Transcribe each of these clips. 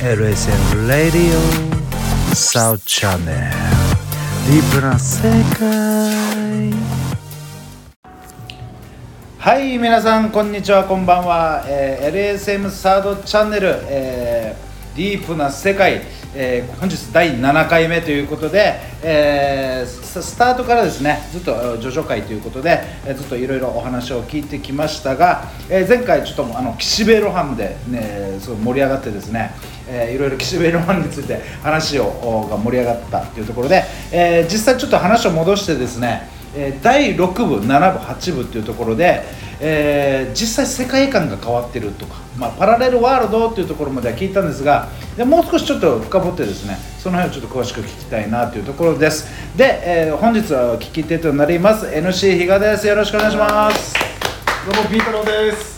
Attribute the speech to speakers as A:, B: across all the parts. A: LSM Radio South Channel ディープな世界はい皆さんこんにちはこんばんは、えー LSM サードチャンネル、えーディープな世界、えー本日第7回目ということで、えーススタートからですねずっとえー叙々会ということで、えーずっといろいろお話を聞いてきましたが、えー前回ちょっともうあの岸辺露伴で、ね、すごい盛り上がってですねいろいろ岸辺露伴について話をおが盛り上がったというところで、えー実際ちょっと話を戻してですねえー第6部7部8部っていうところで、えー実際世界観が変わってるとか、まあ、パラレルワールドっていうところまでは聞いたんですがでもう少しちょっと深掘ってですねその辺をちょっと詳しく聞きたいなというところですで、えー本日はお聞き手となります NC 比嘉ですよろしくお願いします
B: どうもピートローです。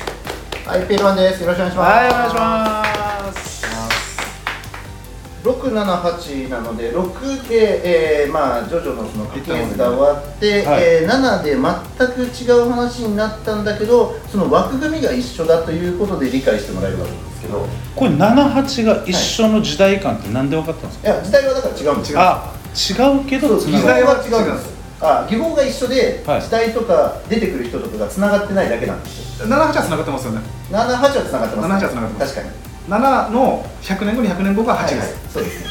C: はい、ピーマンです。よろしくお願いします。
A: はいお願いします
C: 六七八なので、六で、えー、まあ、ジョジョのその書き列が終わって、
A: はい
C: えー、七で全く違う話になったんだけど。その枠組みが一緒だということで理解してもらえるわけですけど。い
A: これ78が一緒の時代感って何で分かったんですか、
C: や、時代はだから違うんですよ。
A: あ違うけど
C: そう、
A: 繋
C: 時
A: がる
C: 代は違うんです。あ、技法が一緒で、
A: はい
C: 時代とか出てくる人とかが繋がってないだけなんですよ。
B: 7、8は繋がってますよね。
C: 七八は繋がってます、ね。
B: 78は繋がってます
C: 確かに。
B: 7の100年後に100年後が8です。
C: そうですね。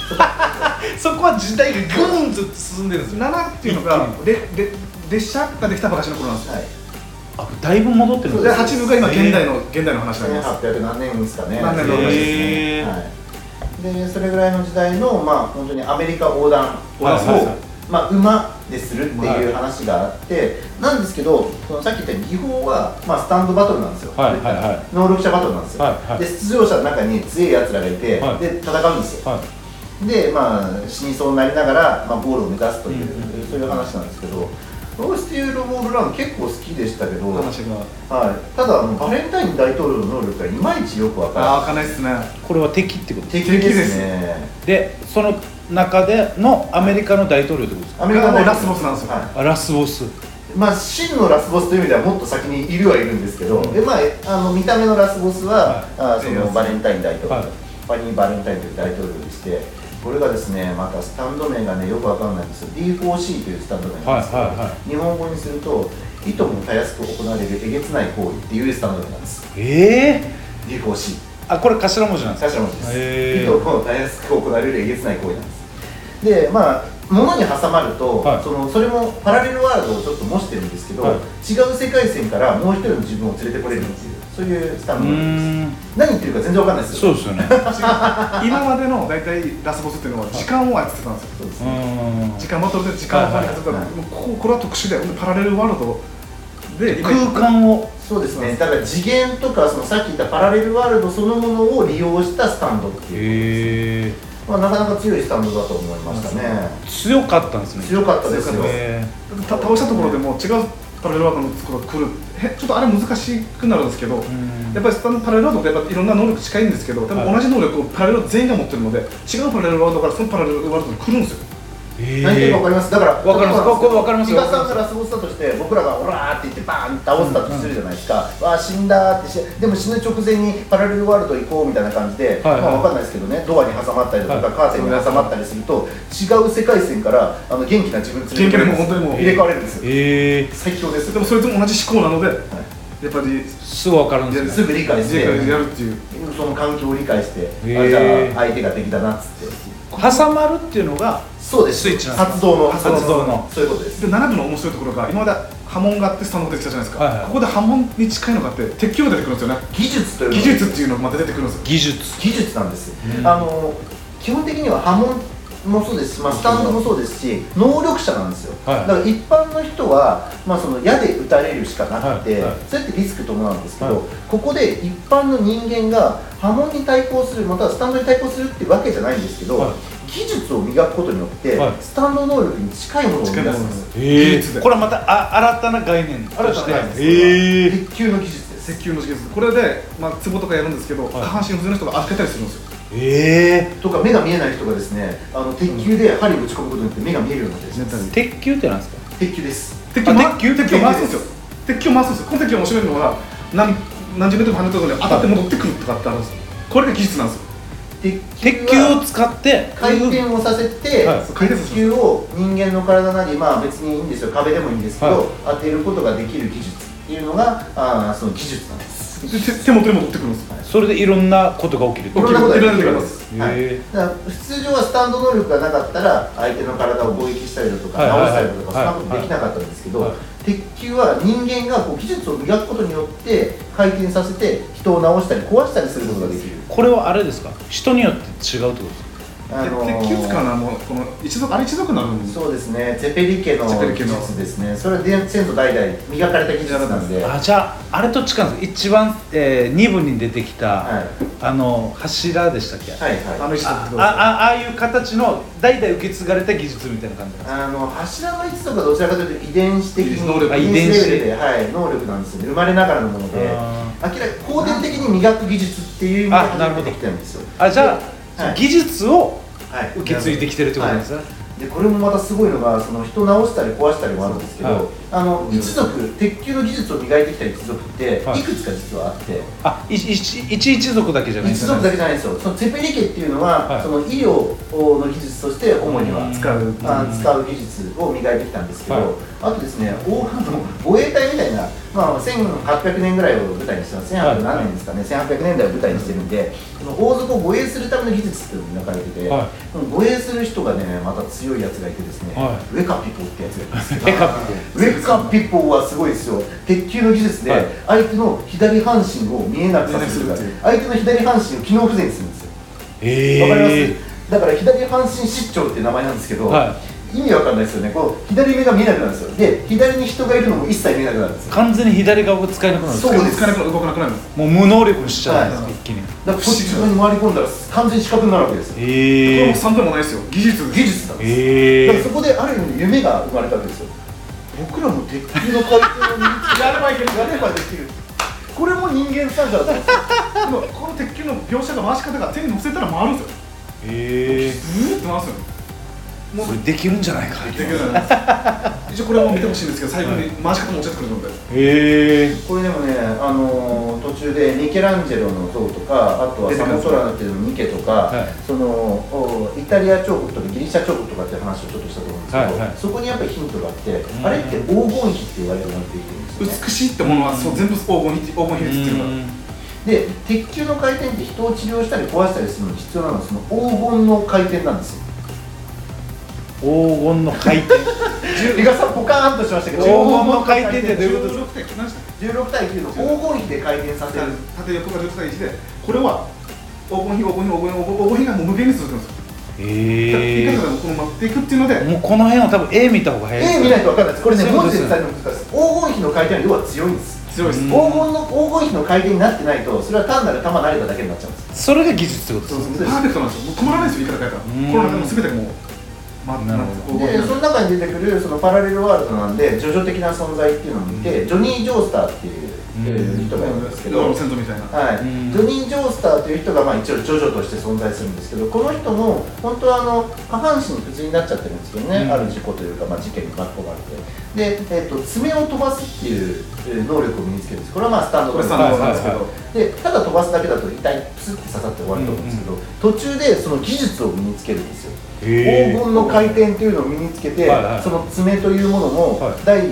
A: そこは時代がぐんと進んでるんですよ
B: 7っていうのがでで列車ができた昔の頃なんですよ。
C: はい。
A: あだいぶ戻ってるん
B: で
A: で
C: そう
A: す
B: 8部が今現代の現代の話になります。
C: 1800何年ですかね
B: 何年
A: の話ですね
C: ね、はい、でそれぐらいの時代のまあ本当にアメリカ横断を、
A: はいはいはい
C: まあ、馬でするっていう話があって、なんですけどそのさっき言った技法は、まあ、スタンドバトルなんですよ、
A: はいはいはい
C: 能力者バトルなんですよ、
A: はいはい
C: で出場者の中に強いやつらがいて、
A: はい
C: で戦うんですよ、
A: はい
C: でまあ死にそうになりながら、まあ、ゴールを目指すとい
A: う
C: う、
A: ん
C: そういう話なんですけどロースティール・ボール・ラン結構好きでしたけど
B: 話が
C: はい、ただあのバレンタイン大統領の能力がいまいちよくわ
B: あー
C: か
B: 開かないですね。
A: これは敵ってこと
C: ら
A: で
C: ない敵ですね
A: すでその中でのアメリカの大統領ってことですか
C: アメリカ
B: これ
C: の
B: はもうラスボスなんですよ
C: は
A: あラスボス
C: い、まあ真のラスボスという意味ではもっと先にいるはいるんですけど、でまああの見た目のラスボスは、あそ
B: いいや
C: の
B: つ
C: バレンタイン大統領、
A: はい
C: ファニー・バレンタインという大統領でしてこれがですねまたスタンド名がねよくわかんないんですよ D4C というスタンド名なんですけど、
A: はいはいは
C: 日本語にするといともたやすく行われるえげつない行為っていうスタンド名なんです
A: ええ
C: D4C
A: あこれ頭文字なんですか
C: 最初の文字です、
A: へー
C: 糸をたやすく行われるえげつない行為なんですでまあ物に挟まると、
A: はい
C: そのそれもパラレルワールドをちょっと模してるんですけど、
A: はい
C: 違う世界線からもう一人の自分を連れてこれるっていうそういうスタ
A: う
C: ンドなんです
A: ーん
C: 何言ってるか全然わかんないです
A: そ
C: よ
A: うですよね
B: 今までの大体ラスボスっていうのは時間を操ってたんですよ。
C: そうです
A: う
C: ね
A: ーん
B: 時間バトルで時間を操ってた
C: はい
B: の
C: はい
B: もうこここれは特殊でパラレルワールドで今
A: 空間を
C: そうですねだから次元とかそのさっき言ったパラレルワールドそのものを利用したスタンドっていう、
A: ええ
C: まあ、なかなか強いスタンドだと思いましたね
A: 強かったんですね
C: 強かったですよ、
A: え
B: た倒したところでもう違うパラレルワールドのところが来るへちょっとあれ難しくなるんですけど、
A: ん
B: やっぱりスタンドパラレルワールドってやっぱいろんな能力近いんですけど多
A: はい
B: 分同じ能力をパラレルワールド全員が持ってるので違うパラレルワールドからそのパラレルワールドに来るんですよ
A: え
C: 何言ってるか分かりますだから
A: わかります
C: 例えば
A: ここわかります
C: 比嘉さんがラスボスだとして僕らがオラーって言ってバーンって倒したとするじゃないですか、わあ死んだーってしてでも死ぬ直前にパラレルワールド行こうみたいな感じで、
A: はいはい
C: まあ、分かんないですけどねドアに挟まったりだとか、
A: はい
C: カーテンに挟まったりすると違う世界線からあの元気な自分に連れて
B: 元気なもう本当にもう
C: 入れ替われるんですよ
A: ええ
C: 最強です
B: でもそれとも同じ思考なので、やっぱり
A: すぐ分かるんですすね
C: ぐ理解し
B: 自
C: て
B: 衛隊でやるっていう
C: その環境を理解して、
A: へー
C: あじゃあ相手が敵だなっつって
A: 挟まるっていうのが
C: そうです
A: スイッチなんです
C: 発動の
A: 発動の
C: そういうことです
B: で7部の面白いところが今まで波紋があってスタンドが出てきたじゃないですか、
A: はいはい
B: ここで波紋に近いのがあって鉄球が出てくるんですよね
C: 技術というの
B: 技
C: は
B: 術っていうのがまた出てくるんですよ
A: 技術
C: 技術なんです、
A: うん
C: あの基本的には波紋もそうですし、まあ、スタンドもそうですし能力者なんですよ、
A: はい
C: だから一般の人は、まあ、その矢で撃たれるしかなくて、
A: はいはい
C: それってリスク伴うんですけど、
A: はい
C: ここで一般の人間が波紋に対抗するまたはスタンドに対抗するってわけじゃないんですけど、
A: はい
C: 技術を磨くことによって、
A: はい
C: スタンド能力に近いものを生み出すんですよ
B: 技術で
A: これはまたあ新たな概念
C: 新
A: と
C: た
A: し
C: な
A: て
C: 概念です
A: ええ
C: 鉄球の技術です
B: 石球の技術これで、まあ、ツボとかやるんですけど、下半身不随の人が歩けたりするんですよ
A: え
C: とか目が見えない人がですねあの鉄球で針を打ち込むことによって目が見えるようになったりします、
A: え鉄球ってなんですか
C: 鉄球です
B: 鉄球
A: あ鉄球
B: 鉄球回すんですよ鉄球回すんですよこの鉄球面白いのは何何十メートルも離れたところに当たって戻ってくるとかってあるんですよこれが技術なんですよ
C: 鉄球
A: 鉄球を
C: は
A: 使って
C: 回転をさせて、
A: はい
B: そう回転
C: 鉄
B: 数
C: 球を人間の体なりまあ別にいいんですよ壁でもいいんですけど、当てることができる技術っていうのがあーその技術なんです
B: で手手元に戻ってくるんです
A: それでいろんなことが起きる
C: い
B: 起
C: ろ
B: き
C: ん
B: る
C: なことができるんです、
A: へー
C: はい、だから普通上はスタンド能力がなかったら相手の体を攻撃したりだとか
A: はいはいはい
C: 直したりだとかそんなこと
A: はい
C: できなかったんですけど、
A: はい
C: 鉄球は人間がこう技術を磨くことによって回転させて人を直したり壊したりすることができる
A: これはあれですか人によって違うってことですか
C: あのー
B: 鉄球使うのはもうこの一族あれ一族になるんです
C: そうですねゼペリ家の
B: ゼペ
C: 技
B: リ家の
C: 術ですねそれはで先祖代々磨かれた技術なんで
A: あじゃああれと近いんです一番、え2部に出てきた、
C: はい
A: あの柱でしたっけ、
C: はい
B: あ
C: はい
B: の一族
A: あ
B: ってこと
A: ああああいう形の代々受け継がれた技術みたいな感じなんですか
C: あの柱の位置とかどちらかというと遺伝子的
B: 遺伝子
C: に
B: 能力
A: あ
C: 遺
A: 遺
C: 伝
A: 伝
C: 子
A: 子
C: レベルで、はい、能力なんですよね生まれながらのもので明
A: あ
C: らかに後天的に磨く技術っていう意味で
A: あ
C: 初
A: なる
C: め
A: ほ
C: て
A: ど
C: できてるんですよ
A: あじゃあ、
C: はい
A: 技術を
C: はい
A: 受け継いできてるってことなんですね、
C: でこれもまたすごいのがその人直したり壊したりもあるんですけど、
A: はい
C: あの一族鉄球の技術を磨いてきた一族って
A: はい
C: いくつか実はあって、
A: あいい一一一族だけじゃないんで
C: 一
A: すね
C: 族だけじゃないんですよそのツェペリ家っていうのは、
A: はい
C: その医療の技術として主に
A: う
C: は
A: ん
B: 使う
C: あ
A: うん
C: 使う技術を磨いてきたんですけど、
A: はい
C: あとですね大あの護衛隊みたいな、まあ、1800年ぐらいを舞台にしてます
A: はい
C: 1800何年ですかね、1800年代を舞台にしてるんでこの王族を護衛するための技術っていうのが磨かれてて、
A: はい
C: この護衛する人がねまた強いやつがいてですね、
A: は
C: ウェカピポってやつがいるんですけど
A: ペカピ
C: ウェッカーピッポーはすごいですよ鉄球の技術
A: はい
C: で相手の左半身を見えなくさせるから
B: 見えな
C: 相手の左半身を機能不全にするんですよ
A: え
C: わかります、
A: え
C: だから左半身失調って名前なんですけど、
A: は
C: 意味わかんないですよねこう左目が見えなくなるんですよで左に人がいるのも一切見えなくなるんですよ
A: 完全に左側が使えなくなるんです
C: そうです
B: 使えなくなる動かなくなるんです
A: もう無能力にしちゃうんです、
C: はい
A: 一気に
C: だからこっち側に回り込んだら完全に視覚になるわけですよ
B: こ
A: え
B: れ
A: え
B: も算でもないですよ技術です
C: 技術なんですよ
A: え
C: だか
A: え
C: らそこである意味夢が生まれたわけですよ僕らも鉄球の回転を身につけやればいけるやればできるこれも人間スタンダードですよ
B: で もこの鉄球の描写が回し方が手に乗せたら回るんですよ
A: え
B: ブーって回すよ
A: えそれできるんじゃないか
B: 鉄球じゃないです一応これも見てほしいんですけど最後に回し方も教えてくれるので
A: ええ
C: これでもね、あのー途中でミケランジェロの像とかあとはサモトラの手のニケとか、
A: はい
C: そのおイタリア彫刻とかギリシャ彫刻とかっていう話をちょっとしたと思うんですけど、
A: はいはい
C: そこにやっぱりヒントがあって、
A: ん
C: あれって黄金比って言われるようになっていくるんですよね
B: 美しいってものはそう全部黄金比黄金比率っていうのが
C: で鉄球の回転って人を治療したり壊したりするのに必要なのはその黄金の回転なんですよ
A: 黄金の回転
C: 伊賀さんポカーンとしましたけど
A: 黄金の回転ってどういうことですか
B: 16対9何したっけ
C: 16対9の黄金比で回転させる
B: 縦横が16対1でこれは黄金比黄金比黄金比黄金比がもう無限に続くんですよだから
A: え
B: い
A: え
B: かがでもこの待っていくっていうので
A: もうこの辺は多分絵見た方が早い
C: 絵見ないと分かんないですこれね
A: そういうこ
C: 文
A: と
C: 字
A: ですね
C: で伝えるの難しいです黄金比の回転は要は強いんです
B: 強いです
A: うん
C: 黄金の黄金比の回転になってないとそれは単なる球慣れただけになっちゃうんです
A: それが技術ってこと
B: そ
A: です
B: うそ
A: ね
B: うパーフェクトなんですよもう困らないですよいくら変えたらこ
A: うん
B: の中でも全てもうま
A: なる
B: ほ
C: でその中に出てくるそのパラレルワールドなんでジョジョ的な存在っていうのもいて、ジョニー・ジョースターっていう、
A: うん
C: 人がいるんですけど、
B: 道
C: はい
B: 路先祖みたいな
A: うん
C: ジョニー・ジョースターという人がまあ一応ジョジョとして存在するんですけどこの人も本当はあの下半身不自由になっちゃってるんですけど
A: う
C: ね、
A: ん
C: ある事故というか、まあ、事件に巻き込まれてで、えっと爪を飛ばすっていうえー能力を身につけるんですこれはまあスタンド
B: これスタン
A: ド
B: ダードなんですけ
A: はい
C: で
B: ど
C: ただ飛ばすだけだと痛いプスって刺さって終わると思うんですけど、途中でその技術を身につけるんですよ
A: へー
C: 黄金の回転というのを身につけて、
A: はいはい
C: その爪というものも、
A: はい
C: 第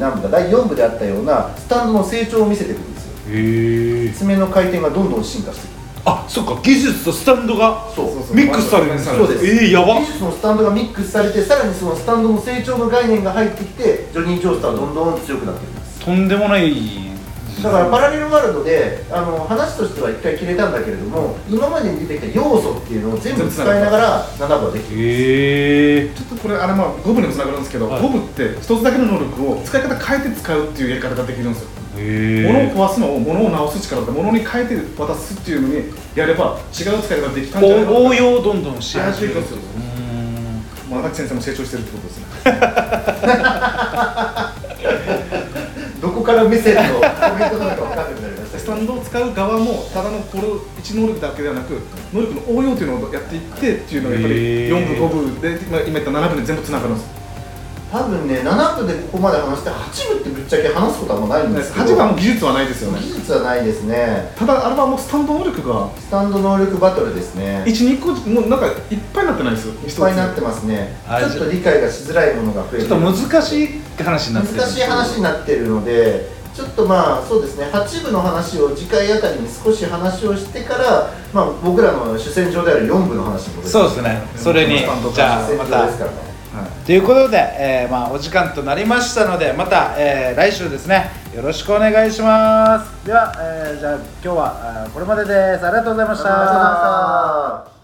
C: 何部か第4部であったようなスタンドの成長を見せてくるんですよ
A: へえ
C: 爪の回転がどんどん進化してくる
A: あそっか技術とスタンドが
C: そう
B: そうそう
A: ミックスされるんですね
C: そうです
A: ええやば
C: 技術のスタンドがミックスされてさらにそのスタンドの成長の概念が入ってきてジョニー・ジョースターはどんどん強くなっていくんです
A: とんでもない
C: だからパラレルワールドであの話としては一回切れたんだけれども今までに出てきた要素っていうのを全部使いながら7部はできる
A: へえ
B: ちょっとこれあれまあ五部にもつながるんですけど、
A: はい
B: 五部って一つだけの能力を使い方変えて使うっていうやり方ができるんですよ、
A: へ
B: 物を壊すのを物を直す力と物に変えて渡すっていうのにやれば違う使い方ができたんじゃないかな
A: 応用をどんどんし
B: し
A: 始
B: 始め
A: め
B: るん
A: る
B: ですよ
A: うーん
B: まあ荒木先生も成長してるってことですね
C: どこから目線のコメントなのか分かんなくなりましたけ
B: ス
C: ど
B: タンドを使う側もただのこれ一能力だけではなく能力の応用というのをやっていってっていうのがやっぱり
A: へー
B: 4部5部で、まあ、今言った7部で全部つながるんです
C: パ多分ね7部でここまで話して8部ってぶっちゃけ話すことはもうないんですけど
B: 8番も技術はないですよね
C: 技術はないですね
B: ただあれはもうスタンド能力が
C: スタンド能力バトルですね
B: 12個もうなんかいっぱいになってないですよ
C: いっぱいになってますね
A: あ
C: ちょっと理解がしづらいものが増え
A: ちょ
C: て
A: っと難しい話になってる
C: 難しい話になってるのでちょっとまあそうですね8部の話を次回あたりに少し話をしてから、まあ、僕らの主戦場である4部の話も
A: そうですねそれにじゃあ
C: 主
A: ま
C: 戦場
A: た
C: ですからね
A: ということで、えーまあ、お時間となりましたのでまた、えー来週ですねよろしくお願いしますでは、えーじゃあ今日はあーこれまでですありがとうございました
C: ありがとうございました